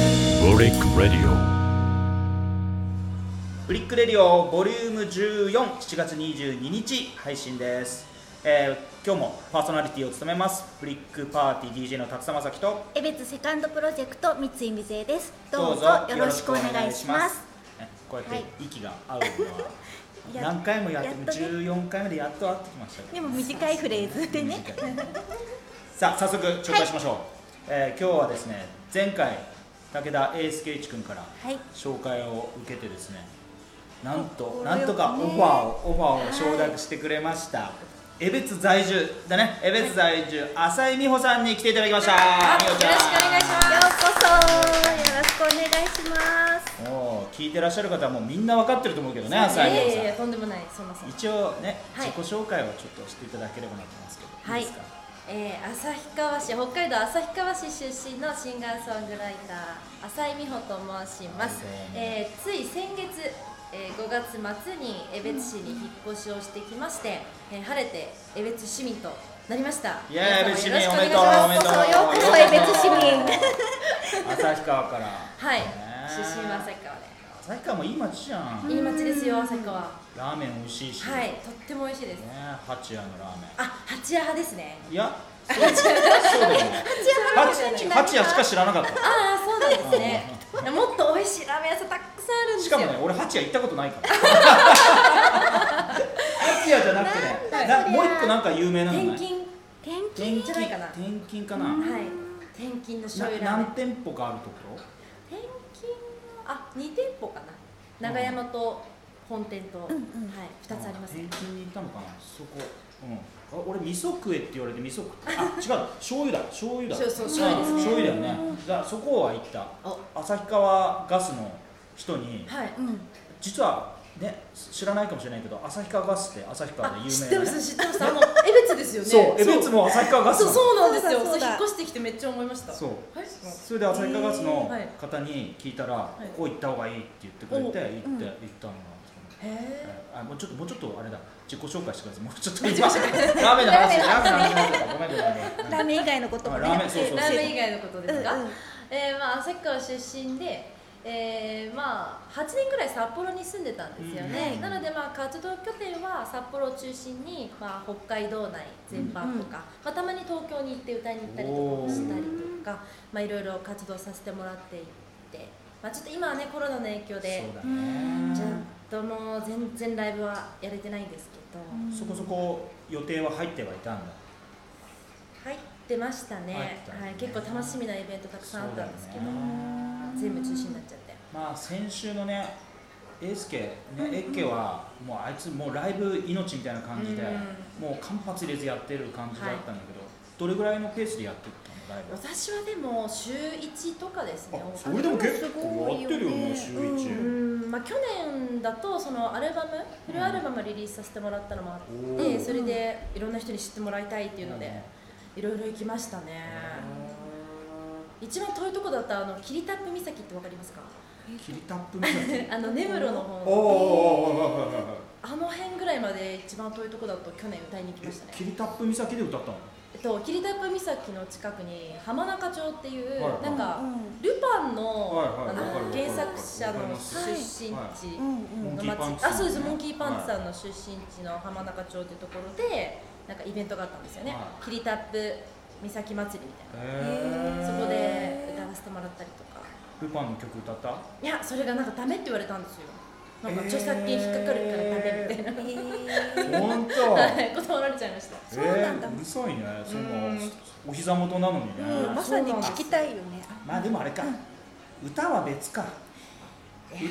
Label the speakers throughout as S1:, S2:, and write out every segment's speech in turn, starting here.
S1: リック・レディオ
S2: ブリックレディオボリューム14、7月22日配信です、えー今日もパーソナリティを務めますブリックパーティー DJ の辰田正樹と
S3: エベツセカンドプロジェクト三井瑞恵ですどうぞよろしくお願いします
S2: ねこうやっ
S3: は
S2: て
S3: い
S2: 息が合うのは
S3: や
S2: 何回もやって
S3: やっ
S2: も
S3: とね
S2: 14回目でやっと合ってきましたよ
S3: でも短いフレーズでね
S2: 短い さあ早速紹介しましょう、えー今日はですね前回武田英介一君から
S3: はい
S2: 紹介を受けてですねなんと
S3: お
S2: なんとか
S3: こ
S2: オ
S3: れ
S2: ファーを
S3: をね
S2: オファーを承諾してくれました江別在住だね江別在住浅井美穂さんに来ていただきました
S4: あ
S2: 美
S4: よろ
S2: 穂
S4: し
S2: ち
S4: くお
S2: ゃん
S4: 願いし
S3: よう
S4: ます。
S3: こそよろしくお願いします
S2: もう聞いてらっしゃる方はもうみんな分かってると思うけどね
S4: い
S2: 浅井美
S4: や
S2: 穂
S4: い
S2: さ
S4: や
S2: ん
S4: いやとんでもないすみません。
S2: 一応ね、
S4: はい
S2: 自己紹介をちょっとしていただければなと思いますけど、、
S4: はいい
S2: いですか
S4: えー、旭川市北海道旭川市出身のシンガーソングライター浅井美穂と申します
S2: どうも。
S4: えー、つい先月、えー、5月末に江別市に引っ越しをしてきまして、えー、晴れて江別市民となりました。
S2: いやー江
S4: 皆様
S2: 別市民
S4: よろしくお願いします
S2: おめでとうおめでとう
S4: ようこ
S3: こそ江別市民
S2: 旭川から
S4: そはい
S2: ね。
S4: 出身は旭川で。
S2: 旭川もいい街じゃん、
S4: いい街ですよ旭川。は
S2: ラーメン美味しいし、
S4: い、とっても美味しいです。
S2: ね八谷のラーメ
S4: あ、八谷派ですね。
S2: ンいやそうだよ ね
S3: 八谷
S2: 八八谷しか知らなかった
S4: ああそうなんですね。もっと美味しいラーメン屋さんたくさんあるんです
S2: し
S4: よ。
S2: かもね俺八谷行ったことないから 八谷じゃなくてねなもう一個なんか有名なのな
S4: 転
S2: い
S4: 勤
S3: 天気
S2: 転
S4: じゃないかな
S2: 転勤かなな
S4: はい転勤の醤油ラーメン
S2: 何店舗かあるところ
S4: 転勤はあ二店舗かな長山と本店と、はい二つありますね
S2: 転勤に行ったのかなそこうんあ俺味噌食えって言われて味噌食ったあ違う醤油だ醤油だ
S4: そうそう醤油です
S2: あ
S4: ね
S2: 醤油だよねじゃあそこは行った
S4: おは
S2: 旭川ガスの人に
S4: い
S3: うん
S2: 実はね知らないかもしれないけど旭川ガスって旭川で
S4: あ
S2: 有
S4: 知っ
S2: 名
S4: て
S2: な
S4: ま
S2: ね
S4: す知ってますあの江別ですよね
S2: そう、えべつ
S4: そう
S2: も旭川ガス
S4: そう
S2: なの
S4: そうなんですよ
S3: そうだ
S4: そ
S3: そう
S4: う
S3: だ
S4: 引っ越してきてめっちゃ思いました
S2: そう
S4: はい
S2: それで旭川ガスの
S4: はい
S2: 方に聞いたら、
S4: い
S2: ここ行った方がいいって言ってくれて、行って、
S3: おうん
S2: 行ったのが。
S4: へえ
S2: あもうちょっともうちょっとあれだ自己紹介してくださいもうちょっと今ラーメンの話ラーメンの話だからごめんごめんごめ
S3: ラーメン以外のことも
S2: ん
S3: ね
S2: ラーメンそうそうそう
S4: ラーメン以外のことですか、
S3: うんうん
S4: えーまあ、旭川出身で、えーまあ、8年くらい札幌に住んでたんですよね、
S2: うん
S4: なので、まあ、活動拠点は札幌を中心に、まあ、北海道内全般とか、まあ、たまに東京に行って歌いに行ったりとかもしたりとか、まあ、いろいろ活動させてもらっていって、まあ、ちょっと今はねコロナの影響で
S2: そうだね
S4: ちょっともう全然ライブはやれてないんですけど、
S2: そこそこ予定は入ってはいたんだ
S4: 入ってましたね
S2: 入ったね
S4: はい、結構楽しみなイベントたくさんあったんですけど、
S2: そうだよね
S4: 全部中止になっちゃって。
S2: まあ先週のねエースケ、ね、エッケはもうあいつもうライブ命みたいな感じで、
S4: う
S2: もう間髪入れずやってる感じだったんだけど、
S4: は
S2: どれぐらいのペースでやってったのライブは
S4: 私はでも週1とかですね
S2: あ
S4: 多
S2: そ
S4: く
S2: れでも結構やってるよね
S3: す
S2: 週
S3: ごいよね
S2: 一、
S4: うーんまあ、去年だとそのアルバムフルアルバムリリースさせてもらったのもあっ
S2: お
S4: て
S2: ー
S4: それでいろんな人に知ってもらいたいっていうのでいろいろ行きましたね一番遠いとこだったあの霧タップ岬ってわかりますか
S2: キリタップみたいな
S4: あの根室
S2: おーお
S4: の方
S2: ーおーおーおーおー
S4: あの辺ぐらいまで一番遠いとこだと去年歌いに行きましたね
S2: キリタップ岬で歌ったの
S4: えっと、霧多布岬の近くに浜中町っていう、
S2: はい
S4: なんか、
S3: うん
S4: ルパンの,、
S2: はいはい
S4: あの
S2: わかるわかる
S4: 原作者
S2: わかり
S4: の
S2: ます
S4: 出身地
S2: は
S3: う
S4: の
S3: んうん
S2: モン
S4: 町、
S2: キーパンチさん
S4: あそうです
S2: ね
S4: モンキーパンチさんの出身地の浜中町っていうところで、なんかイベントがあったんですよね、
S2: はい
S4: 霧多布岬祭りみたい
S2: へー
S4: な、そこで歌わせてもらったりとか
S2: ルパンの曲歌った
S4: いやそれがなんかダメって言われたんですよなんか著作権引っかかるからダメみたいな、
S3: え
S2: 本当
S4: はい 断られちゃいました
S3: そうなんだ
S2: えーうるさいねそ
S4: うん
S2: のお膝元なのにね、
S3: ーうんまさに聞きたいよね
S2: まあでもあれか、歌は別か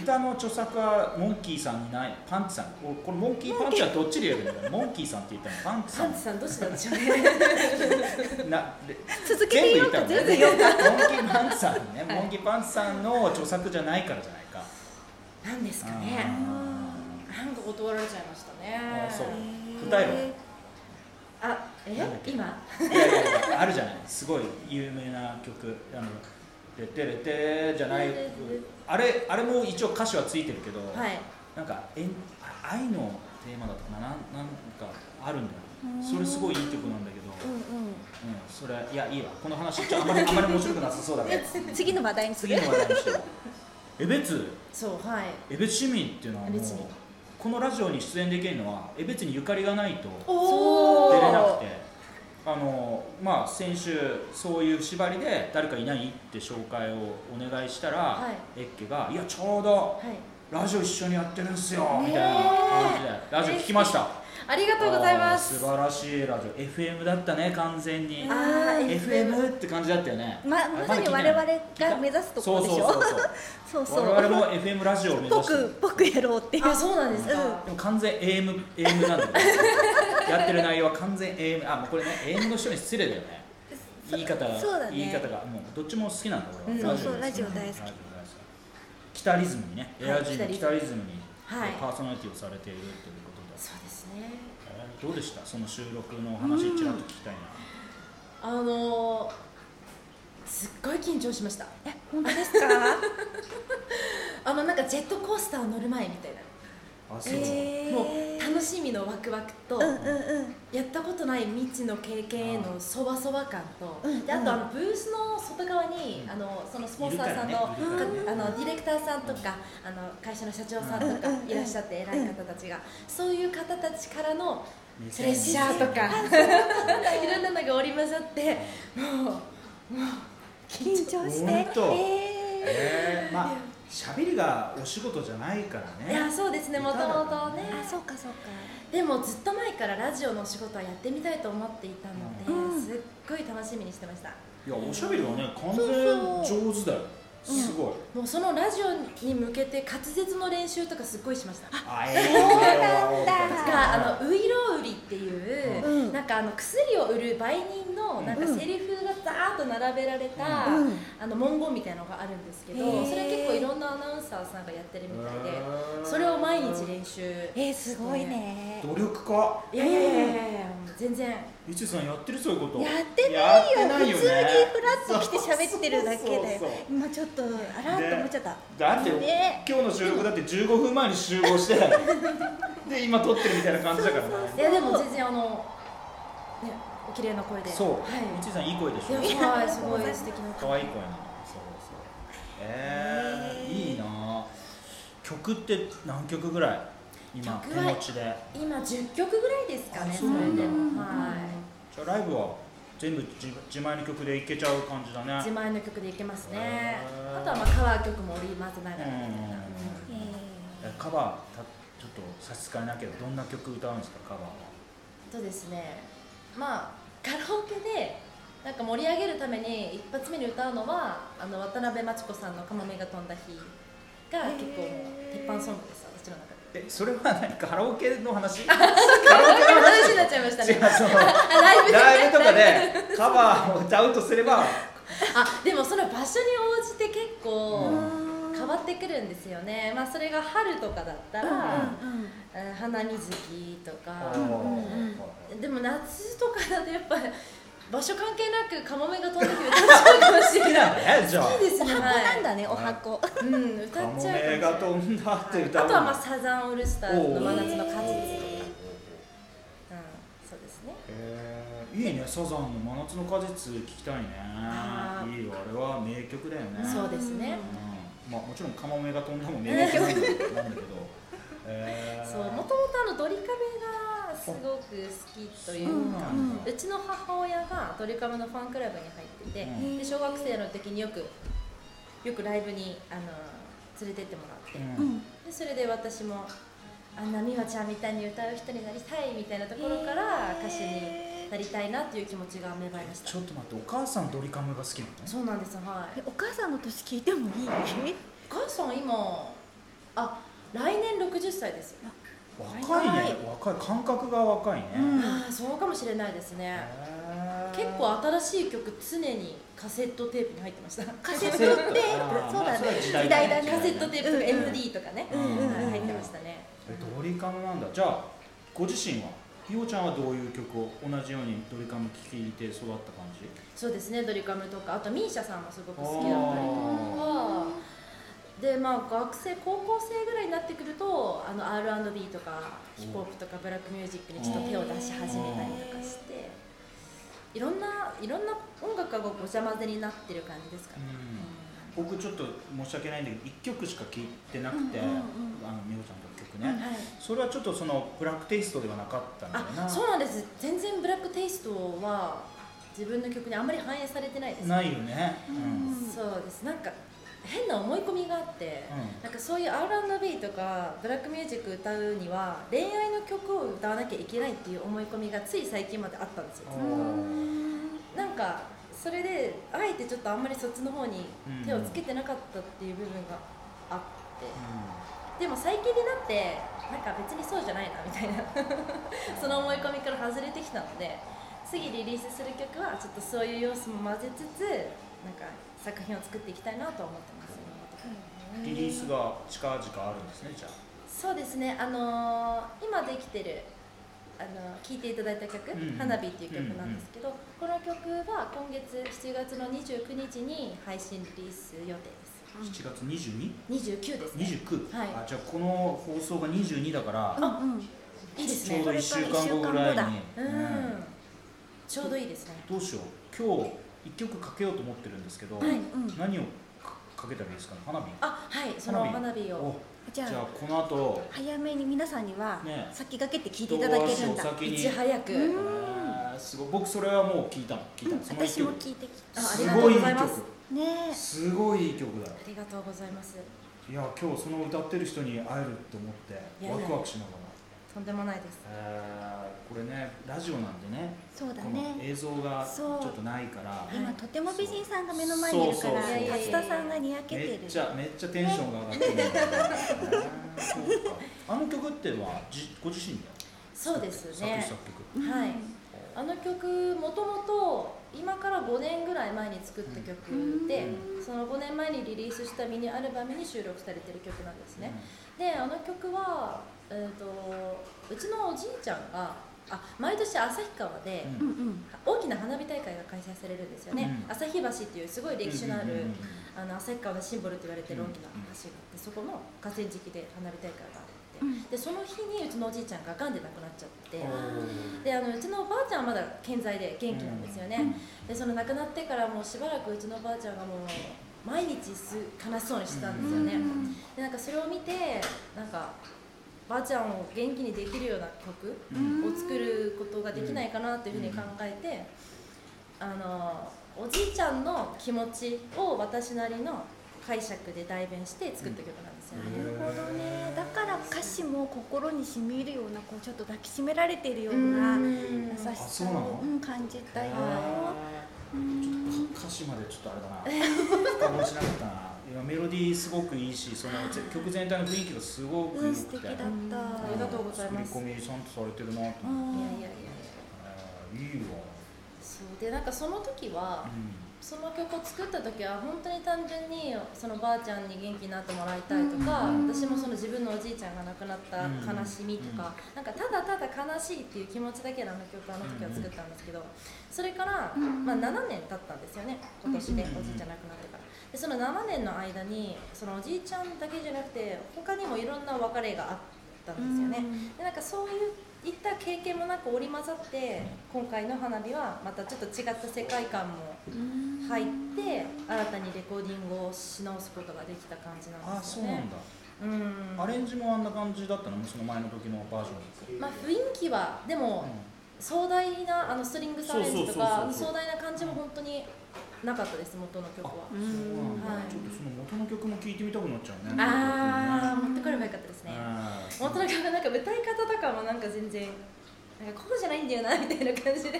S2: 歌の著作はモンキーさんにないパンチさんここれモンキーパンチはどっちでやるんだよモンキーさんって言ったのパンチさ
S4: パ
S2: ん
S4: ンチさんどうしたんでしょうね
S2: なで
S3: 続け
S2: 全部
S3: てよ
S2: 言っ
S3: う
S2: た
S3: か
S2: もんね
S3: 全部言おうか
S2: モンキーパンチさんね、モンキーパンチさんの著作じゃないからじゃないか
S4: なんですか
S2: あ
S4: ね
S2: ー
S4: なんか断られちゃいましたね
S2: あそう
S3: えー
S2: 答えろ
S4: あ
S2: なんだっ
S4: え
S2: け
S4: 今
S2: いやいやいやあるじゃないすごい有名な曲「あのレテレテ」じゃないあれあれも一応歌詞はついてるけど、
S4: はい
S2: なんかえんあ愛のテーマだったかななんなんかあるんだよ
S3: うん
S2: それすごいいい曲なんだけど
S3: う
S2: それいやいいわこの話ちょっとあまりあまり面白くなさそうだね
S3: んうん。次の話題にす
S2: 次
S3: る
S2: の。話題にしよう江別
S4: そうはい
S2: 江別市民っていうのはも
S4: 江
S2: う
S4: 別市民
S2: このラジオに出演できるのは江別にゆかりがないと
S3: お
S2: 出
S3: ー
S2: れなくてあのまあ先週そういう縛りで誰かいないって紹介をお願いしたら、
S4: は
S2: エッケが「いやちょうど
S4: はい
S2: ラジオ一緒にやってるんすよ」
S4: ねえ
S2: みたいな感じでラジオ聞きましたあ
S4: ありがとうございます
S2: ー素晴らしいラジオ FM だったね完全に
S4: あ
S3: あー
S2: FM って感じだったよね
S3: ままさに我々が目指すところでし
S2: そうそうそ
S3: ょ。
S2: うそう
S3: そうそう。
S2: 我々も FM ラジオを目指
S3: ぽ
S2: してる
S3: くぽくやろうっていう。
S4: あそうなんですか、
S2: でも完全 AM, AM なんだよやってる内容は完全 AM あもうこれね AM の人に失礼だよね言い方が、
S3: そうだね
S2: 言い方がもうどっちも好きなんだ俺は、
S4: うん
S3: そうそうラジオ大好き
S2: ラキタリズムにねエアジーの
S4: はい
S2: キタリズムに
S4: はい
S2: パーソナリティをされているということで、
S4: そうですね
S2: えーどうでしたその収録のお話ちらっと聞きたいな、
S4: あのーすっごい緊張しました
S3: え本当ですか。
S4: あのなんかジェットコースター乗る前みたいな
S2: あそう、
S3: え
S4: も
S3: ー
S4: う楽しみのワクワクと、
S3: うんうんうん。
S4: やったことない未知の経験へのそわそわ感と、
S3: うん
S4: であとあのブースの外側に、
S2: うん
S4: あのそのスポンサーさ
S2: い
S4: んの
S2: るからねいる
S4: か
S2: からね
S4: あのディレクターさんとかあの会社の社長さんとか
S3: うんうん
S4: いらっしゃって偉い方たちが、そういう方たちからの
S2: 目
S4: プ
S2: 線
S4: レッシャーとかいろんなのが織り交ざってもう
S3: 緊張して。
S2: 本当
S3: え
S2: えー、まあ喋りがお仕事じゃないから
S4: いや
S2: ね
S4: そうですねもともとね
S3: ーあそうかそうか。
S4: でもずっと前からラジオのお仕事はやってみたいと思っていたので、
S3: うん
S4: すっごい楽しみにしてました
S2: いやおしゃべりはね完全
S3: そう
S2: 上手だよ
S4: うん
S2: すごい、
S4: もうそのラジオに向けて滑舌の練習とかすっごいしました
S2: あ、え
S3: そうなんだ
S4: があのウイロウリっていう、
S3: うん
S4: なんかあの薬を売る売人のなんか
S3: うん
S4: セリフがザーッと並べられた、
S3: うん
S4: あの文言みたいなのがあるんですけど
S3: へー
S4: それ結構いろんなアナウンサーさんがやってるみたいでそれを毎日練習
S3: えーすごいね。
S2: 努力家
S4: いやいやいやいやいやもう全然
S2: いちさんやってるそういうこと
S3: やって
S2: やっ
S3: な
S2: て
S3: いよ
S2: ないよね
S3: 普通にフラッと来て喋ってるだけ
S2: そ
S3: で
S2: うそうそう
S3: 今ちょっとあらっと思っちゃった、
S2: だって、
S3: ね
S2: 今日の収録だって15分前に集合して で今撮ってるみたいな感じだからね
S4: いやでも全然あのねお綺麗な声で
S2: そう、
S4: はい
S2: いちさんいい声でしょ
S4: いやはいすごい素敵な
S2: 可愛い声なのそうそうえー、いいな曲って何曲ぐらい今手
S4: 曲は
S2: 持ちで
S4: 今10曲ぐらいですかね
S2: あ
S4: そ
S2: そうなんだ
S4: れでもはい
S2: じゃあライブは全部自自前の曲でいけちゃう感じだね
S4: 自前の曲でいけますね
S2: へー
S4: あとはまあカバー曲も織り交ぜながらみたいな
S2: う
S3: え
S2: ん
S3: ー
S2: えカバーたちょっと差し支えなければどんな曲歌うんですかカバーは
S4: とですねまあカラオケでなんか盛り上げるために一発目に歌うのはあの渡辺真知子さんの「カモメが飛んだ日」が結構
S3: へー
S4: 鉄板ソングです私の中
S2: え
S4: で
S2: それは何カラオケの話カラオケの
S4: 話
S2: 話
S4: になっちゃい ました
S2: 違
S4: ね
S2: うその
S4: あライブじゃない
S2: ライブとかでカバーを歌うとすれば
S4: あでもその場所に応じて結構
S3: うん
S4: 変わってくるんですよねまあそれが春とかだったら、
S3: う
S4: うん花水着と
S2: あ
S4: か、
S2: ー
S3: うんうん
S4: でも夏とかだとやっぱ場所関係なくカモメが飛んできて歌っちゃうかもし
S2: 好き
S4: れ
S2: な
S4: な んい
S2: だねじゃあ
S4: 好きです
S3: んお
S4: ね
S3: 箱なんだね、
S2: はい
S3: お箱
S4: うん歌っちゃ
S2: カ
S4: うかも
S2: モ
S4: しれない
S2: メが飛んだって歌う
S4: あとはまあサザンオールスターズの真夏の果実とか、うん
S3: へ
S4: そうですね
S2: えーいいねサザンの「真夏の果実」聞きたいね
S4: あー
S2: いいよあれは名曲だよね
S4: そうですね
S2: うんまあ、もちろんカモメが飛んだも名曲なんだけど、 えー
S4: そうもともとあのドリカメがすごく好きというか、
S3: うんうん
S4: うちの母親がドリカムのファンクラブに入ってて、
S2: うん
S4: で小学生の時によくよくライブにあの連れてってもらって、
S2: うん
S3: うん
S4: でそれで私もあんな美和ちゃんみたいに歌う人になりたいみたいなところから
S3: へー
S4: 歌手になりたいなっていう気持ちが芽生えました
S2: ちょっと待ってお母さんドリカムが好きなの
S4: そうなんですはい
S3: え お母さんの年聞いてもいい
S4: お母さん今あ来年60歳ですよ、
S2: 若いね若い感覚が若いね、
S3: うん
S4: ああそうかもしれないですね、
S2: へー
S4: 結構新しい曲常にカセットテープに入ってました
S3: カセットテープ
S2: あー
S3: そうだ
S2: まあ
S3: ね
S2: 時
S3: 時
S2: 代
S3: 代
S2: だね
S3: だね
S4: カセットテープとか
S3: うんうん
S4: MD とかね、
S2: うん
S3: うん
S4: はい入ってましたね
S2: えドリカムなんだじゃあご自身はひよちゃんはどういう曲を同じようにドリカム聴いて育った感じ
S4: そうですねドリカムとかあとミーシャさんもすごく好きだったりと
S2: あ
S4: かでまあ学生高校生ぐらいになってくるとあの R&B とかヒップホップとかブラックミュージックにちょっと手を出し始めたりとかしていろんないろんな音楽がこうごちゃ混ぜになってる感じですかね、
S2: 僕ちょっと申し訳ないんだけど1曲しか聴いてなくて、
S3: うんうんうん
S2: あの美穂ちゃんの曲
S4: う
S2: ね、
S4: んはい
S2: それはちょっとそのブラックテイストではなかったんだよ
S4: あ
S2: な
S4: そうなんです全然ブラックテイストは自分の曲にあんまり反映されてないです
S2: ないよね、う
S3: うんん
S4: そうですなんか変な思い込みがあって、
S2: うん
S4: なんかそういう R&B とかブラックミュージック歌うには恋愛の曲を歌わなきゃいけないっていう思い込みがつい最近まであったんですよ
S2: う
S3: うんん
S4: なんかそれであえてちょっとあんまりそっちの方に手をつけてなかったっていう部分があって、でも最近になってなんか別にそうじゃないなみたいな その思い込みから外れてきたので次リリースする曲はちょっとそういう要素も混ぜつつなんか作品を作っていきたいなとは思ってます、
S2: リリースが近々あるんですねじゃあ
S4: そうですねあのー今できてるあの聴いていただいた曲「
S2: うん
S4: 花火」っていう曲なんですけど、この曲は今月7月の29日に配信リリース予定
S3: うん
S2: 7月 22?29、
S4: です29ですね
S2: 29
S4: はい
S2: あじゃあこの放送が22だから、
S3: うんうん
S4: いいです
S2: ちょう
S4: ね
S2: ど1週間後ぐらいに、う
S4: う
S2: ん
S4: んちょうどいいですね
S2: どうしよう今日1曲かけようと思ってるんですけど、
S4: はい
S3: うん
S2: 何をかかけたらいいですかね花火
S4: あはいその花火を
S2: おじ
S3: じ
S2: ゃあ
S3: ゃあ
S2: この後
S3: 早めに皆さんには
S2: ね
S3: 先駆けて聞いていただけるんだ
S2: 一足お先に
S4: いち早く
S3: うん
S2: えーすごい僕それはもう聞いたの聞いたの、
S3: うん
S2: その一
S3: 私も
S2: 曲
S3: 聞いてき
S4: あ
S3: た
S4: あ
S2: す
S4: りがと
S2: ご
S4: う
S2: いい
S4: ご
S2: い
S4: ざいま
S2: 曲
S4: す
S3: ねえ
S2: すごいいい曲だよ
S4: ありがとうございます
S2: いや今日その歌ってる人に会えると思
S4: い
S2: っ
S4: や
S2: てワクワクしながら
S4: とんでもないです
S2: えーこれねラジオなんでね
S3: そうだ
S2: この
S3: ね
S2: 映像がち
S3: そう
S2: ょっとないから
S4: はい
S3: 今とても美人さんが目の前にいるから
S2: そうそう
S4: そう
S3: 竜田さんがにやけてる
S2: めっちゃめっちゃテンションが上がってるんだよねえーそうかあの曲ってはじご自身で
S4: そうです
S2: 作
S4: ね
S2: 詞作曲
S3: うん
S4: はいあの曲もともと今から5年ぐらい前に作った曲で、その5年前にリリースしたミニアルバムに収録されてる曲なんですね、であの曲は、えー、とうちのおじいちゃんがあ毎年旭川で、
S2: うん
S3: うんうん
S4: 大きな花火大会が開催されるんですよね、
S2: うん
S4: 旭橋っていうすごい歴史のある、
S2: うんうんうんうん
S4: あの旭川のシンボルと言われてる大きな
S2: うんうん
S4: 橋があってそこの河川敷で花火大会があって、
S3: うん
S4: でその日にうちのおじいちゃんが癌で亡くなっちゃって、
S2: お
S4: であのうちのおばあちゃんはまだ健在で元気なんですよね、でその亡くなってからもうしばらくうちのおばあちゃんがもう毎日す悲しそうにしてたんですよね、
S3: うん
S4: でなんかそれを見てなんかばあちゃんを元気にできるような曲
S2: ー
S3: うん
S4: を作ることができないかなっていうふうに考えて、あのおじいちゃんの気持ちを私なりの解釈で代弁して作った曲なんですよ
S3: な
S4: ね、
S3: るほどねだから歌詞も心に染み入るようなこうちょっと抱きしめられてるような
S4: うん
S3: 優し
S2: あそ
S3: さ
S2: うな
S3: を
S2: の
S3: うん感じたようん
S2: ちょっと歌詞までちょっとあれだな深持ちなかったないやメロディーすごくいいしそのぜ曲全体の雰囲気がすごく
S3: う
S2: 良
S3: ん
S2: く
S3: 素
S2: て
S3: 敵だっ
S4: うん
S3: た
S4: ありがとうございます
S2: 作り込みちゃんとされてるなと
S3: う
S2: 思って、
S4: いやい
S3: ん
S4: やいやいや
S2: えーいいわ、
S4: そうでなんかその時は、
S2: う
S4: その曲を作った時は本当に単純にそのばあちゃんに元気になってもらいたいとか、
S2: うん
S4: 私もその自分のおじいちゃんが亡くなった悲しみとか、なんかただただ悲しいっていう気持ちだけであの曲あの時は作ったんですけど、それから、
S3: うん
S4: まあ、7年経ったんですよね今年で、
S2: うん
S4: おじいちゃん亡くなってからでその7年の間にそのおじいちゃんだけじゃなくて他にもいろんな別れがあったんですよね、でなんかそういういった経験もなく織り交ざって今回の花火はまたちょっと違った世界観も
S3: うん
S4: 入って新たにレコーディングをし直すことができた感じ
S2: あ
S4: なん
S2: あ
S4: です
S2: そ
S4: よ
S2: うな
S4: ね
S2: んだ、
S4: うん
S2: アレンジもあんな感じだったのその前の時のバージョン
S4: まあ雰囲気はでも壮大なあのストリングスアレンジと
S2: そ
S4: か
S2: うそうそうそう
S4: 壮大な感じも本当になかったです元の曲は
S2: うんそうなんだ、
S4: はい
S2: ちょっとその元の曲も聴いてみたくなっちゃうね
S4: ああー持ってこればよかったですね
S2: あー
S4: 元の曲なんか歌い方とかもなんか全然なんかこうじゃないんだよなみたいな感じで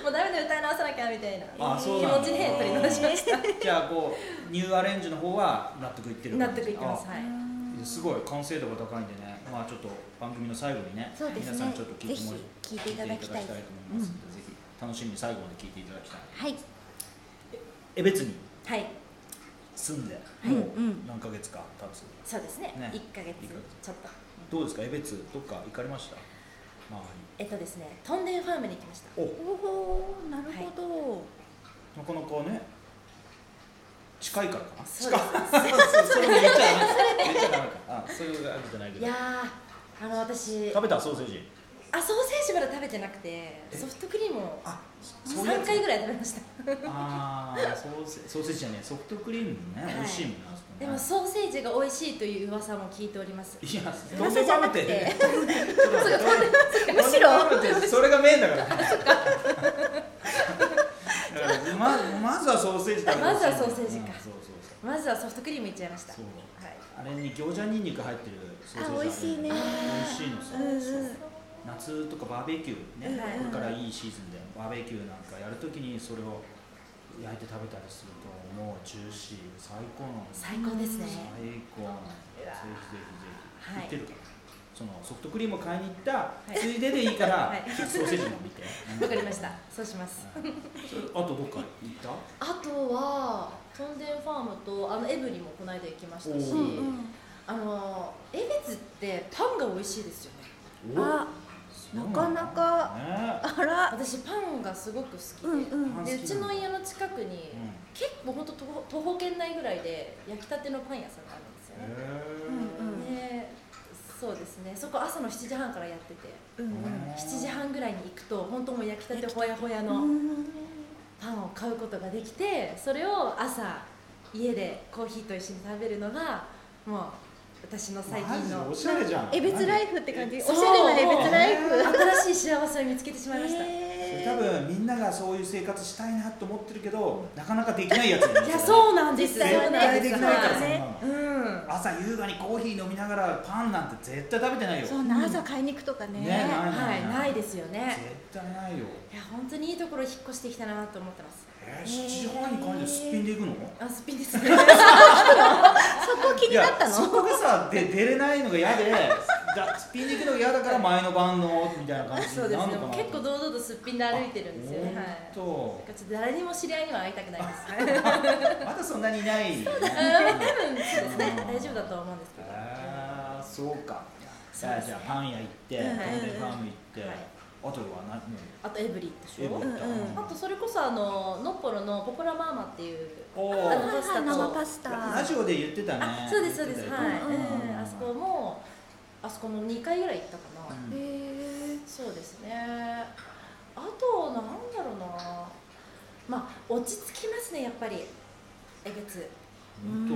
S4: もうダメだ歌い直さなきゃみたいな
S2: あそう
S4: 気
S2: なんだ
S4: 持ちで取り直しました
S2: じゃあこうニューアレンジの方は納得いってる
S4: 納
S2: 感じ
S4: 得いきます
S2: あ
S4: は
S2: い
S4: い
S2: やすごい完成度が高いんでね、まあちょっと番組の最後にね、
S3: そうですね
S2: 皆さんちょっと聞いてもら
S3: ぜひ聞いていただきたい
S2: 聞いてと思いますので、ぜひ楽しみに最後まで聞いていただきたい。
S3: はい
S2: え別に
S4: はい
S2: 住んで
S3: い
S2: もう
S3: うん
S2: 何ヶ月か経つ。
S4: そうですね
S2: ね
S4: 一1ヶ月
S2: 一ヶ月
S4: ちょっと
S2: どうですかえ別どっか行かれました？周
S4: えっとですねトンデンファームに行きました
S2: り。
S3: おおなるほど
S2: おなかなかね近いからかな。
S4: そう
S2: 近
S4: で
S2: い。
S4: す
S2: そうそれも言っちゃダメ。言っちゃダメか。あそういうわけじゃないけ
S4: い
S2: ど。
S4: やーあの私
S2: 食べたソーセージ。
S4: ああソーセージまだ食べてなくて
S2: え
S4: ソフトクリームを
S2: あそういうや
S4: 3
S2: つ
S4: 回ぐらい食べました
S2: ああソーセソーセージじゃねえソフトクリームね、
S4: はい
S2: 美味しいもんなあそこ
S4: で
S2: ね
S4: もソーセージが美味しいという噂も聞いております
S2: いや
S4: 噂じゃなくて
S2: とんでもって
S3: むしろ
S2: とんでもってそれがメインだからねだからままずはソーセージ食べてほしい
S4: まずはソーセー
S2: うんそ
S4: ジか
S2: うそうそう
S4: まずはソフトクリームいっちゃいました
S2: そう
S4: はい
S2: あれに餃子にんにく入ってるソーセージ
S3: あ美味しいね
S2: ある美味しいのさ、
S3: うんうん
S2: 夏とかバーベキューね、
S4: はい
S2: これからいいシーズンでバーベキューなんかやるときにそれを焼いて食べたりするともうジューシー最高なの
S4: 最高ですね
S2: 最高なのぜ
S4: うわ
S2: ひぜひぜひ、行
S4: はい
S2: ってるからそのソフトクリームを買いに行った
S4: い
S2: ついででいいから、
S4: はい
S2: ソーセージも見て
S4: わかりましたそうします
S2: うんそれあとどっか行った
S4: あとはトンデンファームとあのエブリもこの間行きましたし、
S2: おー
S4: あの恵比寿ってパンが美味しいですよね
S3: うんあ
S2: そうの
S3: なかなか
S2: ね
S3: あら
S4: 私パンがすごく好きで,、
S3: うんうん
S4: でうちの家の近くに、
S2: うん
S4: 結構ほんと徒歩徒歩圏内ぐらいで焼きたてのパン屋さんがあるんですよね、
S3: うんうん
S4: でそうですねそこ朝の7時半からやってて
S3: うんうん
S4: 7時半ぐらいに行くと本当もう焼きたてほやほや
S3: う
S4: の
S3: ん
S4: パンを買うことができてそれを朝家でコーヒーと一緒に食べるのがもう私の最近の
S2: マジおしゃれじゃん
S3: エビツライフって感じおしゃ
S4: そう
S3: れなエビツライフ
S4: 新しい幸せを見つけてしまいました、
S2: それ
S3: へ
S2: 多
S3: ー
S2: 分みんながそういう生活したいなと思ってるけどなかなかできないやつだよね
S4: いやそうなんです
S3: 実際は
S2: 絶
S3: ね
S2: 対できないから
S3: そう
S2: そん
S3: ね
S2: なの
S4: うん
S2: 朝優雅にコーヒー飲みながらパンなんて絶対食べてないよ
S3: そうな朝買いに行くとか
S2: ね
S3: ね
S2: ない
S4: は
S2: ない
S4: い
S2: ない
S4: ないですよ
S2: 絶
S4: ね
S2: 対ないよ
S4: いや本当にいいところ引っ越してきたなと思ってます
S2: えー7時半に帰ってすっぴんで行くの
S4: あすっぴんですね
S3: そこ気になった
S2: いやそ
S3: の
S2: こがさで出れないのが嫌でだすっぴんで行くのが嫌だから前の晩のみたいな感じ
S4: そう
S2: に
S4: です
S2: な
S4: ね
S2: るのかな
S4: 結構堂々とすっぴんで歩いてるんですよねはい
S2: 本当
S4: なんかちょっと誰にも知り合いには会いたくないですね
S2: まだそんなにいない、ね、
S4: 大丈夫だと思うんですけど
S2: ああそうか
S4: そうですね
S2: じゃあパン屋行って、
S4: うん
S2: トンデンファーム行って、
S4: はい
S2: あとは何も
S4: あとエブリでし
S2: エ
S4: ょ
S2: ゴ行った、
S3: うんうん
S4: あとそれこそあのノッポロのポポラマーマっていう
S2: お
S4: あ
S2: ー
S4: のパスタと
S3: 生パスタ
S2: ラジオで言ってたね
S4: あそうですそうです
S2: 言って
S4: は
S2: た
S4: い
S2: よ
S4: ええあそこもあそこも2回ぐらい行ったかな
S2: うん
S3: へー
S4: そうですねあとなんだろうなまあ落ち着きますねやっぱりえげつ
S2: 本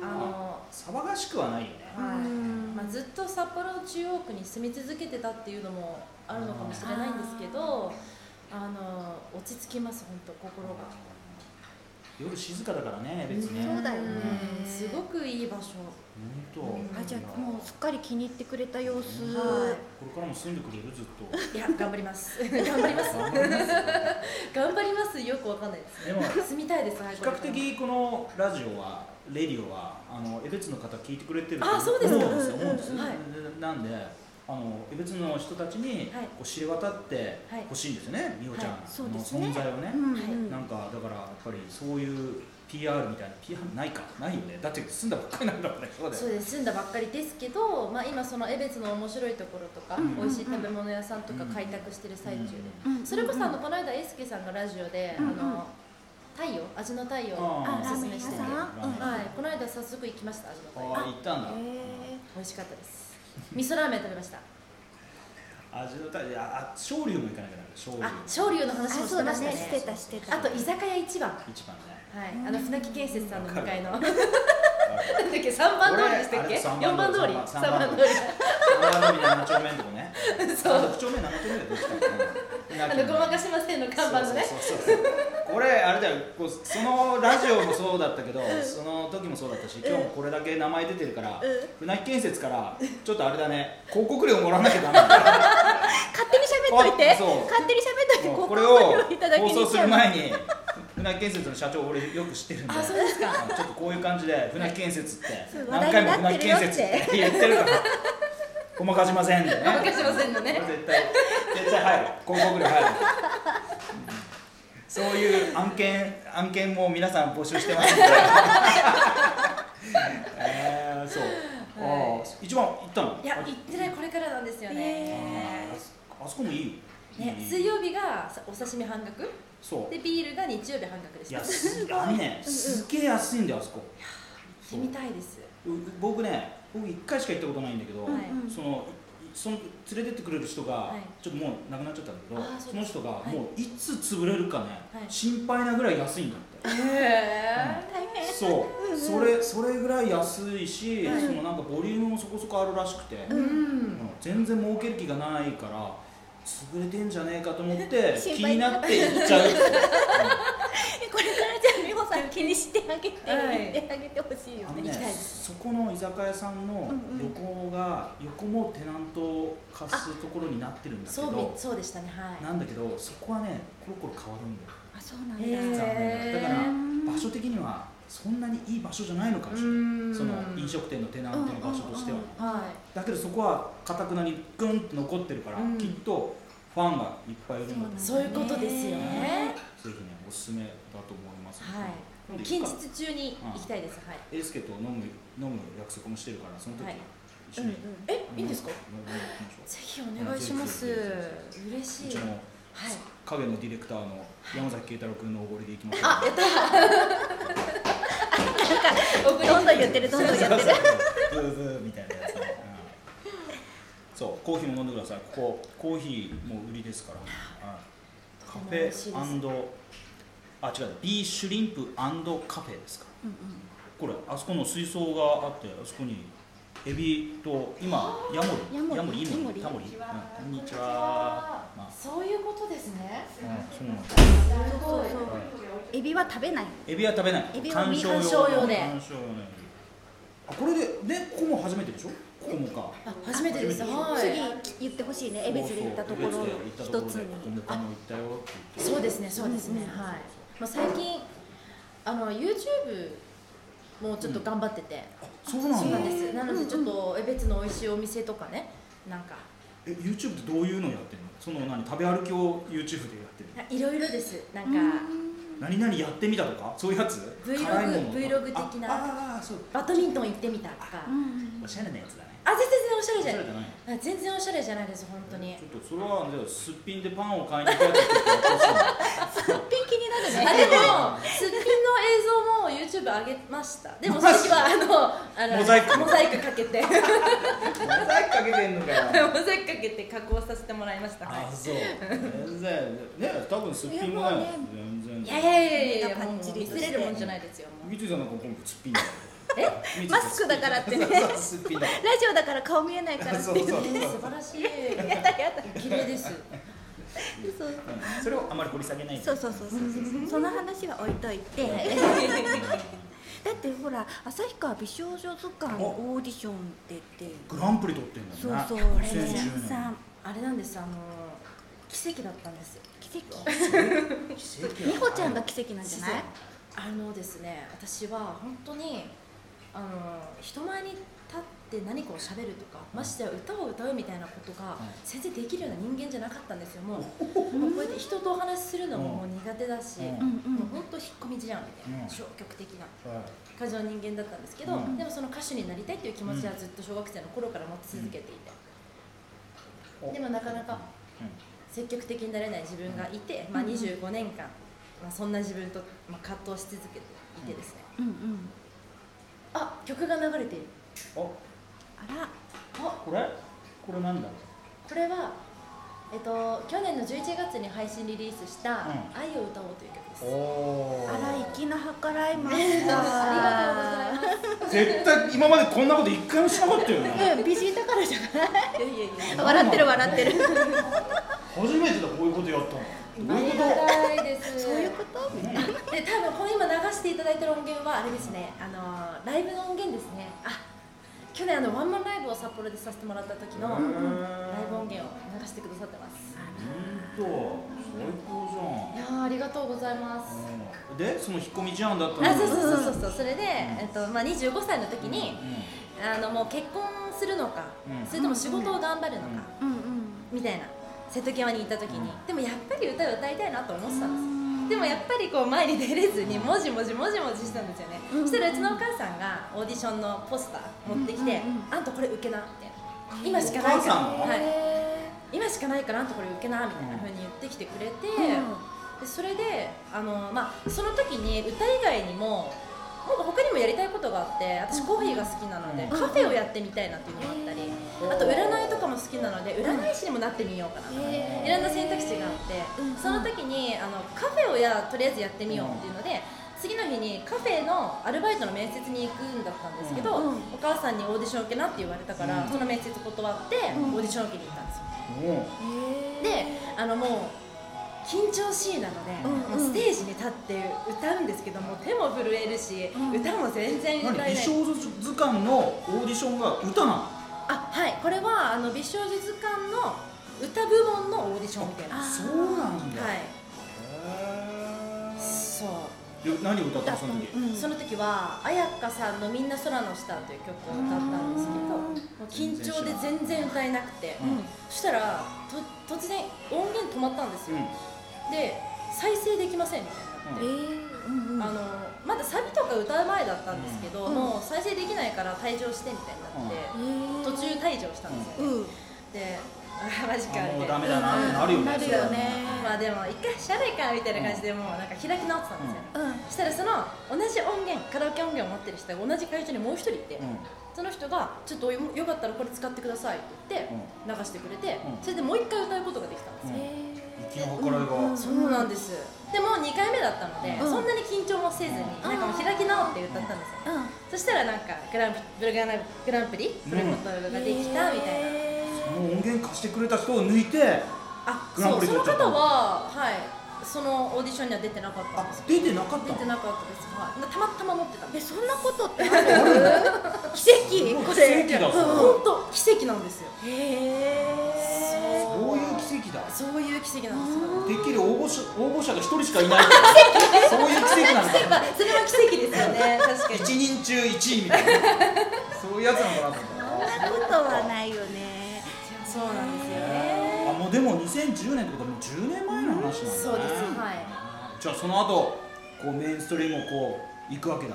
S2: 当
S4: あの
S2: 騒がしくはないよね
S3: う
S4: はい
S3: ん
S4: まあ、ずっと札幌中央区に住み続けてたっていうのもあるのかもしれないんですけどあの落ち着きます本当心が
S2: 夜静かだからね別にね
S3: そうだよね
S4: うんすごくいい場所
S2: 本当
S3: あじゃあもうすっかり気に入ってくれた様子
S2: うん
S4: は
S2: これからも住んでくれるずっと
S4: いや頑張ります 頑張ります
S2: 頑張ります
S4: 頑張りますよくわかんないです
S2: でも
S4: 住みたいですはい
S2: 比
S4: これ
S2: 較
S4: から
S2: 的このラジオはレディオはあのエベツの方聞いてくれてると
S4: あそうです
S2: 思
S4: か
S2: うんですよ
S3: うん
S2: 思うんですよ、
S4: うんはい
S2: なんであのエベツの人たちに
S4: はい
S2: こう知れ渡って
S4: はい
S2: ほしいんですよね、美穂ちゃん
S4: はい
S3: そう
S2: の
S3: ですね
S2: 存在をね、
S3: うん
S4: はい
S2: なんかだからやっぱりそういう PR みたいな PR ないかないよねだって住んだばっかりなんだもんねそうだよ
S4: そうです住んだばっかりですけど、まあ、今その江別の面白いところとか、
S2: うん
S4: 美味しい食べ物屋さんとか開拓してる最中で、
S3: うん
S4: それこそあのこの間英介さんがラジオで「
S3: うん
S4: あの太陽味の太陽」を
S2: あ
S3: あ
S4: お
S3: ラ
S4: す
S3: ー
S4: す
S3: メン
S4: め
S3: 屋
S4: して
S3: さ
S4: て、
S3: ん
S4: は
S2: うん
S4: い、この間早速行きました味の太
S2: ああ
S4: 陽
S2: 行ったんだ
S3: うんへ
S4: 美味しかったです味噌ラーメン食べました
S2: 味のたいあ昇龍も行かなきゃダメだ昇龍
S4: あ昇龍の
S3: ー
S4: 話も
S3: あ
S4: し
S3: そ
S4: て
S3: う
S4: ま
S3: だ
S4: した
S3: ね
S4: ね
S3: してたしてた
S4: あと居酒屋一番はい
S2: 一番ね
S4: あの船木建設さんの向かいのなんだ
S2: あ
S4: っけ3番通りでしたっけ
S2: 俺あれ
S4: 4番通り
S2: 三
S4: 3
S2: 番
S4: 番
S2: 通
S4: 通
S2: り
S4: り
S2: 三番組7丁目のとこね
S4: そう
S2: あ6丁目7丁目はどっちだ
S4: あ
S2: ったかな
S4: のごまかしませんの看板のね
S2: そうそうそうそうこれあれだよこうそのラジオもそうだったけどその時もそうだったし今日もこれだけ名前出てるから
S3: うん
S2: 船木建設からちょっとあれだね広告料もらわなきゃダメだね
S3: 勝手に喋っといて
S2: あそう
S3: 勝手に喋っといて
S2: もう
S3: 広
S2: これ
S3: 告
S2: を
S3: 料いただき
S2: 放
S3: に
S2: 送
S3: 行っ
S2: す
S3: ち
S2: る
S3: ゃう
S2: 前 に船木建設の社長俺よく知ってるんで
S4: あそうですか
S2: あのちょっとこういう感じで船木建設って
S3: そう
S2: 何回も船木建設って言ってるからごまかしませんでね
S4: ごまかしませんのね
S2: これ絶対絶対入る広告料入るそういう案件案件も皆さん募集してますんでえー、 そう、ああ一番行ったの
S4: いや行ってないこれからなんですよね
S2: あ。あそこもいいよ
S4: ね
S2: いい
S4: 水曜日がさお刺身半額
S2: そう
S4: でビールが日曜日半額で
S2: い
S4: す。
S2: や
S4: 行っ
S2: すあのねすげえ安いんだよあそこ
S4: てみたいです。
S2: う僕ね僕一回しか行ったことないんだけど、
S4: はい
S2: そのいその連れてってくれる人が、
S4: はい
S2: ちょっともう亡くなっちゃったんだけど
S4: あーそう
S2: その
S4: です
S2: 人が
S4: はい
S2: もういつ潰れるかね、
S4: はい
S2: 心配なぐらい安いんだって
S4: へ
S3: 大変
S2: そう、それそれぐらい安いし、
S4: はい
S2: そのなんかボリュームもそこそこあるらしくて、
S4: う
S2: うん
S4: ん
S2: 全然儲ける気がないから潰れてんじゃねえかと思って
S3: 心
S2: 気
S3: 配
S2: に
S3: に
S2: な
S3: な
S2: っ
S3: って
S2: 行っちゃう、
S3: これからじゃあ美穂さん気にしてあげて、
S4: はい
S3: 言ってあげてほしいよ
S2: うんあの
S3: ね
S4: 行きたい
S2: ね
S4: です
S2: そこの居酒屋さんの
S3: うんうん
S2: 横が、横もテナント貸すところになってるんだけ
S4: そう
S2: ど
S4: みそうでしたねはい
S2: なんだけどそこはねコロコロ変わるんだよ
S3: あそうなんだ、
S4: へー
S2: 残念ながらだか
S4: へ
S2: ら場所的にはそんなにいい場所じゃないのかもしれない、
S4: ん
S2: その飲食店のテナントの場所としては、
S3: うんうんうん
S4: は
S2: だけどそこはかたくなにグンと残ってるから、
S4: うん
S2: きっとファンがいっぱいいるんだと
S4: い
S2: 思
S4: そういうことですよね
S2: うぜひねおすすめだと思います
S4: はいもう
S2: でい
S4: 近
S2: つか
S4: 日中に行きたいですはい
S2: エスケと飲む飲む約束もしてるからその時、
S4: はい
S2: 一緒に、
S4: え
S2: 飲み
S4: いいんですか
S2: 飲みに行きましょう
S4: ぜひお願いします
S2: うん
S4: 嬉
S2: う
S4: しい
S2: ちの
S4: はい
S2: 影のディレクターの山崎慶太郎君のおごりで行きましょう
S4: あやった
S3: どんどん言ってるどんどんやってる
S2: ブーブーみたいなやつ、ねうんそうコーヒーも飲んでくださいここコーヒーも売りですから、はいカフ
S4: とても美味しいです
S2: ェあ違うビーシュリンプカフェですか
S3: うん
S2: これあそこの水槽があってあそこにエビと今ヤモリ
S3: ヤモリ
S2: いいの
S3: ヤモリ
S2: タモリうんこんにちはまあ
S4: そういうことですね
S2: うんそうなんです
S4: すごい
S3: エビは食べない
S2: エビは食べない
S3: エビは未
S4: 鑑賞用で
S2: 鑑賞用のエビあこれでねここも初めてでしょここもか
S4: あ初めてですはい
S3: 次言ってほしいねエベツで行ったところの
S2: そ
S3: 一
S2: うそう
S3: つに
S2: 江別で行ったところでこんなも行ったよって言って
S4: そうですねそうですね
S3: うん
S4: はいまあ最近あの YouTube もちょっと頑張ってて
S2: あそう
S4: そう
S2: な
S4: なん
S2: んだ
S4: ですなのでちょっと江別の美味しいお店とかねなんか
S2: え YouTube ってどういうのやってるのその何食べ歩きを YouTube でやってる
S4: あいろいろですなんか
S2: の何々やってみたとかそういうやつ
S4: Vlog
S2: 辛いもの
S4: Vlog 的な
S2: ああーそう
S4: バドミントン行ってみたとか
S3: うんうん
S2: おしゃれなやつだね
S4: あ全然おしゃれ
S2: おし
S4: じ
S2: ゃ
S4: ゃ
S2: れ
S4: ない
S2: じゃない
S4: あ全然おしゃれじゃないです本当に
S2: ちょっとそれはじゃあすっぴんでパンを買いに行くやつって言って ほしいな
S3: ピンキになるね
S4: あでもすっぴんの映像も YouTube 上げましたでもその時はあのあの
S2: モザイク
S4: モザイクかけて モ
S2: モザイクかけてんのかよ
S4: ザイクかけて加工させてもらいました
S2: あ
S4: は
S2: そう全然ね多分すっぴんもないもん
S3: いやも
S2: 全
S4: いい
S2: 然
S4: やいやいやいやいや
S3: 目が
S4: も
S3: パ
S4: う
S3: ッチリと
S4: 見
S3: して
S4: せれるもんじゃないですよもう
S2: 三井さんなんか今度すっぴんだよ
S4: え
S2: 三井さん
S3: マスクだからってねラ
S2: そう すっぴんだか
S3: ジオだから顔見えないから
S2: ら
S3: っ て
S2: そうそうそう
S4: 素晴らしい
S3: やだやだ
S4: 綺麗です
S3: そう
S2: うんそれをあまり掘り下げない
S3: そうそうそうそうそうその話は置いといてだってほら旭川美少女図鑑オーディションって言って
S2: グランプリ取ってんだ
S3: そう
S2: よね
S3: そう
S2: 2010
S3: レジ
S2: 年
S3: さん
S4: あれなんですあの奇跡だったんです
S3: 奇跡
S2: 奇跡
S3: 美穂ちゃんが奇跡なんじゃない
S4: あのですね私は本当にあの人前に立って何かを喋るとかましてや歌を歌うみたいなことが
S2: い
S4: 全然できるような人間じゃなかったんですよもう もうこうやって人とお話しするのももう苦手だし、
S2: うん
S3: うん
S4: もう本当引っ込み思案みたいな、
S2: うん
S4: 消極的な
S2: はい
S4: 感じの人間だったんですけど、
S2: うん
S4: でもその歌手になりたいという気持ちはずっと小学生の頃から持ち続けていて、
S2: お
S4: でもなかなか
S2: う
S4: 積極的になれない自分がいて、まあ、
S3: うん
S4: 25年間、まあ、そんな自分と、まあ、葛藤し続けていてですね、
S3: うんうん
S4: あ曲が流れてい
S2: ん
S4: る
S2: あ
S3: あら
S4: あ
S2: これこれなんだ
S4: これは、えっと、去年の11月に配信リリースした
S2: うん
S4: 「愛を歌おう」という曲です、
S2: お
S3: あら粋な計らいま
S4: あ
S3: した
S4: りがとうございます
S2: 絶対今までこんなこと一回もしなかったよね
S3: うん美人だからじゃない
S4: いやいやいや
S3: 笑ってる笑ってる
S2: 初めてだこういうことやったの
S4: あ
S2: どうい
S4: り
S2: うこ
S4: がたいです
S3: そういうことみたいな
S4: で多分この今流していただいてる音源はあれですねあのーライブの音源ですねあ去年あのワンマンライブを札幌でさせてもらった時
S2: と
S4: のライブ音源を流してくださってます
S2: ほんと最高じゃん
S4: いやーありがとうございます
S2: でその引っ込み思案だったの
S4: あそうそうそうそうそうそれで、えっとまあ、25歳の時に
S2: うん
S4: あのもう結婚するのか、
S2: うん
S4: それとも仕事を頑張るのか、
S3: うん
S4: みたいな瀬戸際にいた時に、
S2: う
S4: でもやっぱり歌を歌いたいなと思ってたんですよ
S3: うん
S4: でもやっぱりこう前に出れずにもじもじもじもじしてたんですよね、
S3: うん
S4: そしたらうちのお母さんがオーディションのポスター持ってきて
S3: うん
S4: 「
S3: うんうん
S4: あんたこれ受けな」みたいな「今しかない
S2: お母
S4: から
S2: さ」んも
S4: はい
S3: へ
S4: 「今しかないからあんたこれ受けな」みたいな風に言ってきてくれて、
S3: ー
S4: でそれであの、まあ、その時に歌以外にもも他にもやりたいことがあって私コーヒーが好きなので、
S2: うん
S4: カフェをやってみたいなっていうのがあったり、あと占いとかも好きなので占い師にもなってみようかな、いろんな選択肢があって、
S3: うん
S4: その時にあのカフェをやとりあえずやってみようっていうので、次の日にカフェのアルバイトの面接に行くんだったんですけど、
S3: うん
S4: お母さんにオーディション受けなって言われたから、
S2: うん
S4: その面接断って、
S3: うん
S4: オーディション受けに行ったんですよ
S2: おう
S4: であのもう緊張しいなので、
S3: うんうん
S4: もうステージに立って歌うんですけども手も震えるし、
S3: うん
S4: 歌も全然歌えな
S2: 何
S4: い
S2: 美少女図鑑のオーディションが歌なの
S4: あはいこれはあの美少女図鑑の歌部門のオーディションみたいな
S3: あ
S4: は
S2: そうなんだ、
S4: い
S2: へ
S4: そう
S2: ーで何歌ったのその時、
S3: うん
S4: その時は彩香さんの「みんな空の下」という曲を歌ったんですけどもう緊張で全然歌えなくて、
S2: うん
S4: そしたらと突然音源止まったんです
S2: う
S4: よ、
S2: ん
S4: で再生できませんみたいな
S3: えーうんうん
S4: あのまだサビとか歌う前だったんですけど、
S3: うん
S4: もう再生できないから退場してみたいになって、
S3: えー
S4: 途中退場したんですよ、
S3: うん
S4: であマジかみ
S2: あ
S4: た
S2: も
S4: い
S2: う
S4: な
S2: ダメだなってなるよね
S3: なるよね
S4: まあでも一回しゃべかみたいな感じでもうなんか開き直ってたんですよ、
S3: うん
S4: そしたらその同じ音源カラオケ音源を持ってる人が同じ会場にもう一人いて、
S2: うん
S4: その人が「ちょっとよよかったらこれ使ってください」って言って流してくれて、
S2: うん
S4: それでもう一回歌うことができたんです
S2: 生き
S3: え
S4: よ、
S2: の計らいが、
S3: うんうん
S4: そうなんですでも2回目だったので、
S3: うん
S4: そんなに緊張もせずに、なんかもう開き直って歌ったんですよ、
S3: ーうん
S4: そしたらなんかグランプリグラングランプリ
S2: うん
S4: 取ることができたみたい
S3: え
S4: な、
S3: ー
S2: もう音源貸してくれた人を抜いて
S4: あ
S2: グラ
S4: そ
S2: ン
S4: う
S2: プリ
S4: その
S2: 取っちゃった
S4: 方ははいそのオーディションには出てなかったんで
S2: あ
S4: す
S2: 出てなかった
S4: 出て
S2: の
S4: なかったですはいたまたま持ってたん
S3: え
S4: です
S3: そんなことってある奇跡これ
S2: 奇跡だそ
S4: 本当奇跡なんですよ
S3: へえ
S4: そう
S2: そういう奇跡だ
S4: そういう奇跡なんです
S2: て
S4: よ
S2: っきり応募者応募者が一人しかいないそういう奇跡なのかな
S4: まあそれは奇跡ですよね 確かに
S2: 一人中一位みたいなそういうやつなのかなと思っ
S3: そんなことはないよね
S4: そうなんですよ
S2: た
S4: ね
S2: あもうでも2010年ってことはもう10年前の話なんだね
S4: そうですはい
S2: じゃあその後こうメインストリームをこう行くわけだ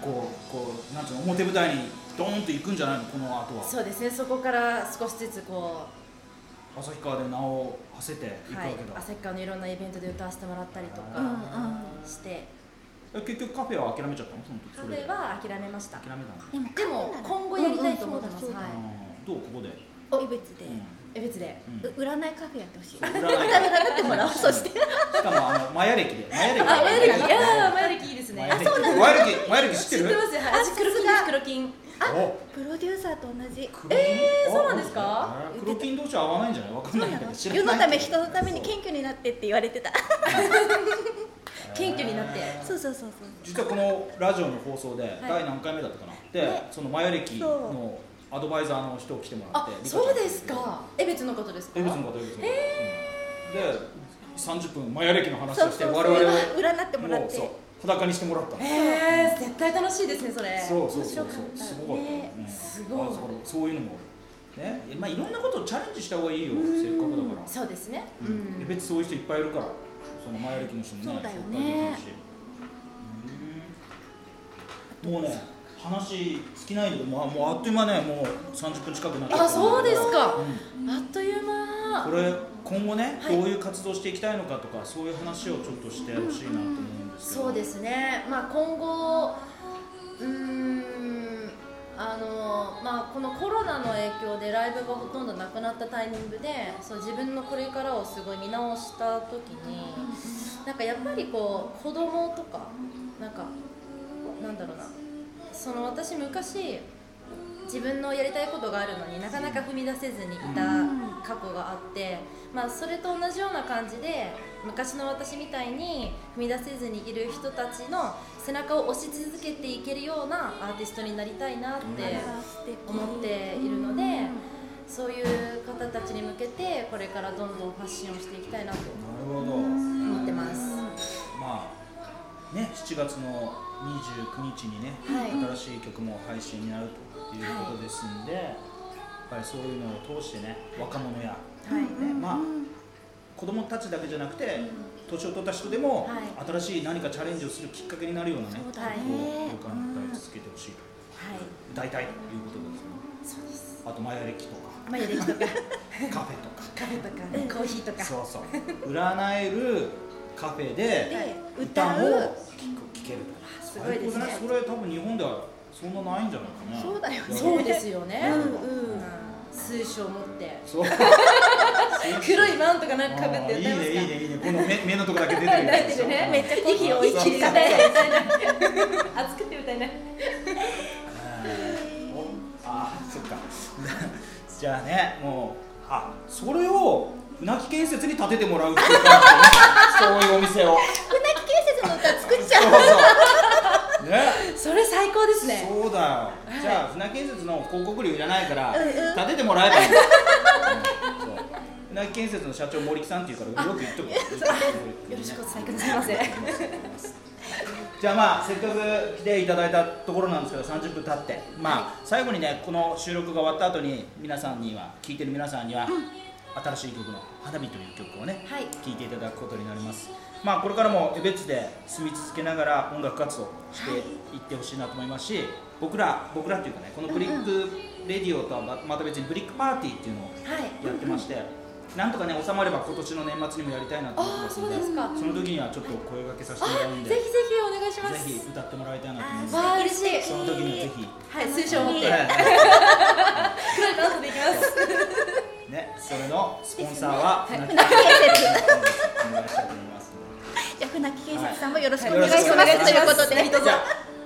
S2: こうこうなんていうの表舞台にドーンと行くんじゃないのこの後は
S4: そうですねそこから少しずつこ
S2: 旭川で名を馳せて
S4: う
S2: いくわ
S4: はい
S2: けだ、
S4: 旭川のいろんなイベントで歌わせてもらったりと
S2: うん
S4: か
S3: う
S4: して
S2: え結局カフェは諦めちゃったのその時
S4: カ
S2: そ
S4: フ
S2: れ
S4: ェは諦めました
S2: 諦めたの
S3: んうん
S4: でも今後やりたいと思ってます、
S3: うんうん
S4: はい
S2: うんどうここで、
S3: そうだそうだおいべつで
S4: え別で
S2: うん
S3: う占いカフェやってほしい
S2: 占い
S3: 占ってもらおうそして
S2: しかもあのマヤ歴でマヤ歴
S4: あマヤ歴いやーマ
S2: マ
S4: ヤ歴いいですね
S2: ヤ歴マヤ歴マヤ歴知
S4: 知
S2: っ
S4: ってて
S2: る
S4: ますよはい黒金です黒金
S2: お
S3: プロデューサーと同じ
S2: え
S4: そうなんですか
S2: 黒金同士合わないんじゃないわかん
S3: そ
S2: な
S3: う
S2: い
S3: な
S2: だ
S3: ん
S2: け
S3: の
S2: ど知らない
S3: 世のため人のために謙虚になってって言われてた
S4: 謙虚になって
S2: えー
S3: そうそうそうそう
S2: 実はこのラジオの放送で第何回目だったかなで
S3: ね
S2: そのマヤ歴の
S3: そ
S2: アドバイザーの人を来てもらっ
S4: あ
S2: てリカちゃん
S4: そうですかえ別のことですか
S2: 江口の方江口の方うんで30分マヤ歴の話をして
S3: そう
S2: 我
S3: そう
S2: 々を
S3: 占ってもらって
S2: そう裸にしてもらった
S4: えー絶対楽しいですねそれ
S2: そうそうそう
S3: 面白か
S2: そう
S3: った
S2: すごかったよ
S3: ね
S2: うん
S4: すごい
S2: あだからそういうのもねまあいろんなことをチャレンジした方がいいよせっかくだから
S4: そうですねう
S2: うん、
S4: ん
S2: 別にそういう人いっぱいいるからその前歩きの人もね
S3: そうだよね
S2: 紹介できるしうんもうね話尽きないんだけど、まあ、もうあっという間ねもう30分近くなっちゃった
S4: あそうですか
S2: うん
S4: あっという間
S2: これ今後ね、
S4: はい
S2: どういう活動していきたいのかとかそういう話をちょっとしてほしいなと思うんですけど、
S4: そうですねまあ今後うーんあのまあこのコロナの影響でライブがほとんどなくなったタイミングでそう自分のこれからをすごい見直した時になんかやっぱりこう子供とかなんかなんだろうなその私昔自分のやりたいことがあるのになかなか踏み出せずにいた
S3: うん
S4: 過去があって、まあ、それと同じような感じで昔の私みたいに踏み出せずにいる人たちの背中を押し続けていけるようなアーティストになりたいなって思っているのでそういう方たちに向けてこれからどんどん発信をしていきたいなと
S2: なるほど
S4: 思ってます。
S2: まあね7月の29日にね、
S4: はい
S2: 新しい曲も配信になるということですんで、やっぱりそういうのを通してね若者や
S4: はい
S2: ねまあ子供たちだけじゃなくて、年を取った人でも、
S4: は
S2: 新しい何かチャレンジをするきっかけになるようなね
S3: そう
S2: こ
S3: だね
S2: う空間を歌い続けてほしいと、歌いたいということですね
S4: そうです。
S2: あとマヤ歴とか
S4: まあ、やりとか、
S2: カフェとか
S4: カフェとか、コーヒーとか。
S2: そうそう占えるカフェで
S3: で
S2: 歌を
S3: 歌う
S2: 聴く聴けるとか
S3: すごいですね
S2: 最高だそれ多分日本ではそんなないんじゃないかな
S3: そうだよね
S4: そうですよね、
S3: うん
S4: う
S3: うん
S4: ん水晶持って
S2: そう
S4: 黒いマントかなんか被って
S2: いい
S4: やってま
S2: ねい
S4: すか
S2: いねいいねこの目目のとこだけ出てる
S4: 泣
S2: や
S4: い
S2: つ
S4: てるね
S2: うん
S4: めっちゃ
S2: う
S4: 息を一気に歌え歌えない熱くて歌えない
S2: おあーそっか じゃあねもうあそれを船木建設に建ててもらうっていう感 じでねそういうお店を
S3: 船木建設の歌作っちゃう
S2: そうそうね
S4: それ最高ですね
S2: そうだよじゃあ船建設の広告料いらないから
S3: うんうん
S2: 建ててもらえばいいんだよ うんそう船木建設の社長森木さんっていうからよく言っとくよ
S4: よろしくお伝えくださいませ
S2: じゃあまあせっかく来ていただいたところなんですけど30分経ってまあ、最後にねこの収録が終わった後に皆さんには聴いてる皆さんには、新しい曲の「花火」という曲をね
S4: はい
S2: 聴いていただくことになりますまあこれからも江別で住み続けながら音楽活動していってほしいなと思いますし、僕ら僕らっていうかねこのブリックレディオとはままた別にブリックパーティーっていうのを
S4: はい
S2: やってまして、なんとかね収まれば今年の年末にもやりたいなと思ってますので
S4: あーそうですか
S2: その時にはちょっとお声掛けさせてもらうん
S4: あ
S2: で
S4: ぜひぜひお願いしま
S2: ぜひ
S4: す
S2: 歌ってもらいたいなと思います。
S4: わあ嬉しい
S2: その時にぜひ。
S4: はい水晶持って
S2: は
S4: 黒いマントでいきます
S2: いね、それのスポンサーは
S4: はい
S2: 船木建設お願いしたいと思います。
S3: じゃあ船木建設さんもよろしくお
S2: は
S3: 願いします
S2: よろし
S3: と
S2: くお願いします
S3: いうことで
S4: はいどうぞ
S2: じゃあ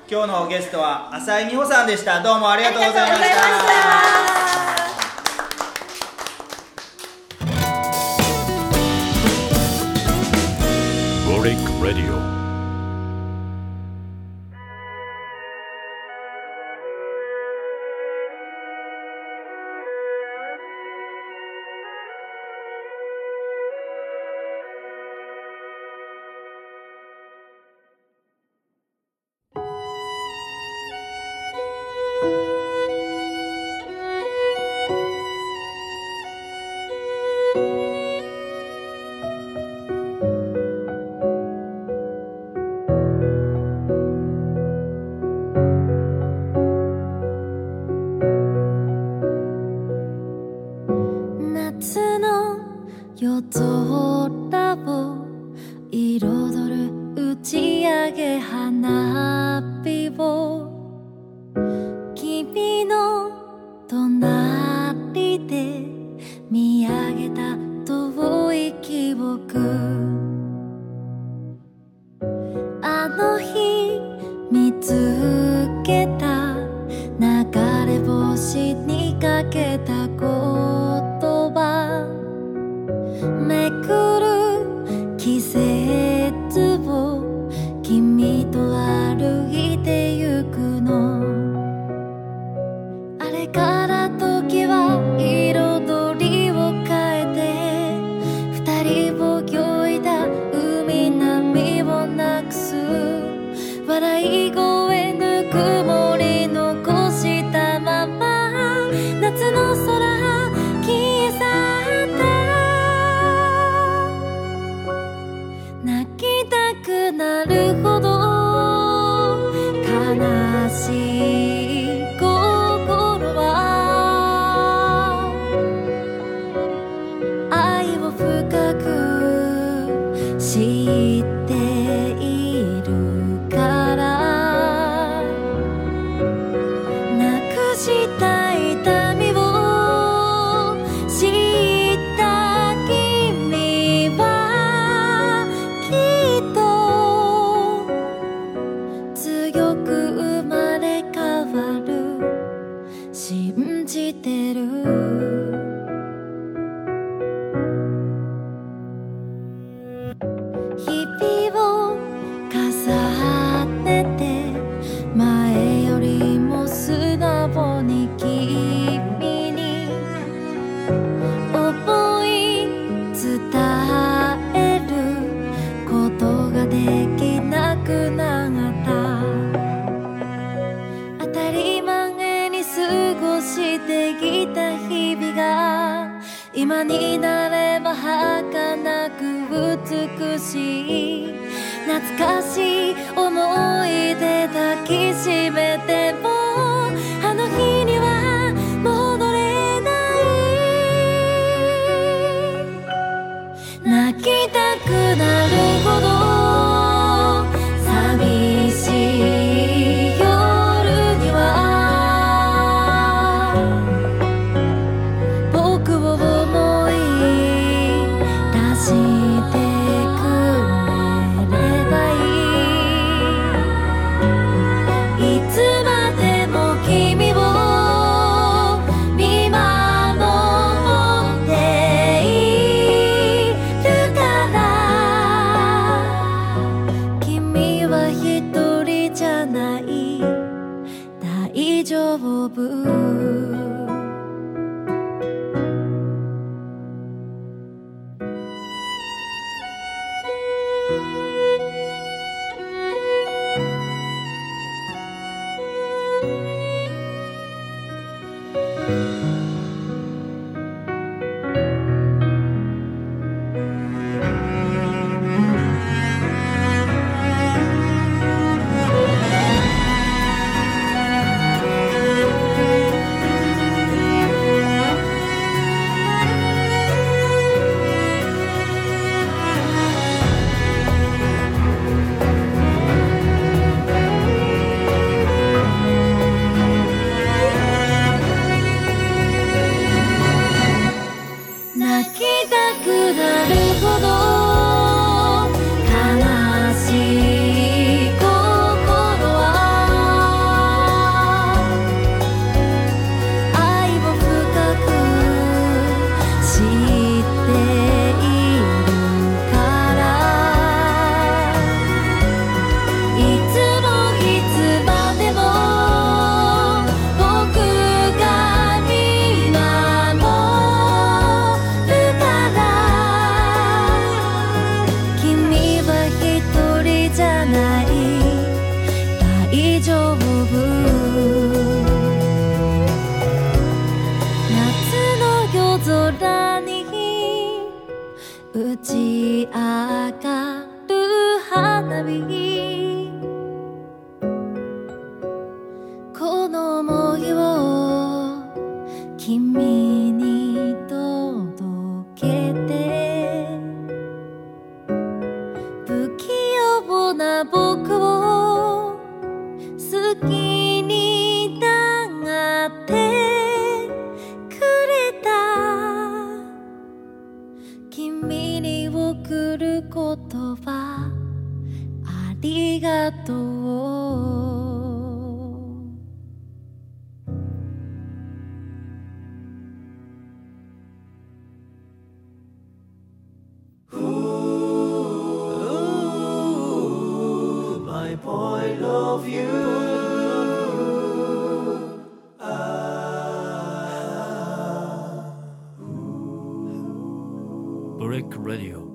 S2: 今日のゲストは浅井美穂さんでした。どうもありがとうございま
S4: ありがとうございま
S2: した。
S1: Gorik Radio.
S5: 「夏の夜空を彩る打ち上げ花火を」「君の隣で見上げた遠い記憶」「あの日見つけた」流れ星にかけた言葉めくる季節を君と歩いてゆくのあれから時は彩りを変えて二人を泳いだ海波をなくす笑い声ぬくもり残したまま夏の空消え去った泣きたくなるほど悲しい心は愛を深く知っているからなくした痛みを知った君はきっと強く生まれ変わる信じてる日々を重ねて前よりも素直に君に思い伝えることができなくなった当たり前に過ごしていた日々が今になれば儚く美しい懐かしい思い出抱きしめてもあの日には戻れない泣きたくなるほど寂しいをぶ泣きたくなるほど悲しい心は愛を深く知っているからいつもいつまでも僕が見守るから君は一人じゃない大丈夫夏の夜空に打ち上がる花火この想いを君に届けて不器用な僕を好きになってくれた君に送る言葉ありがとう
S1: ブレイク・レディオ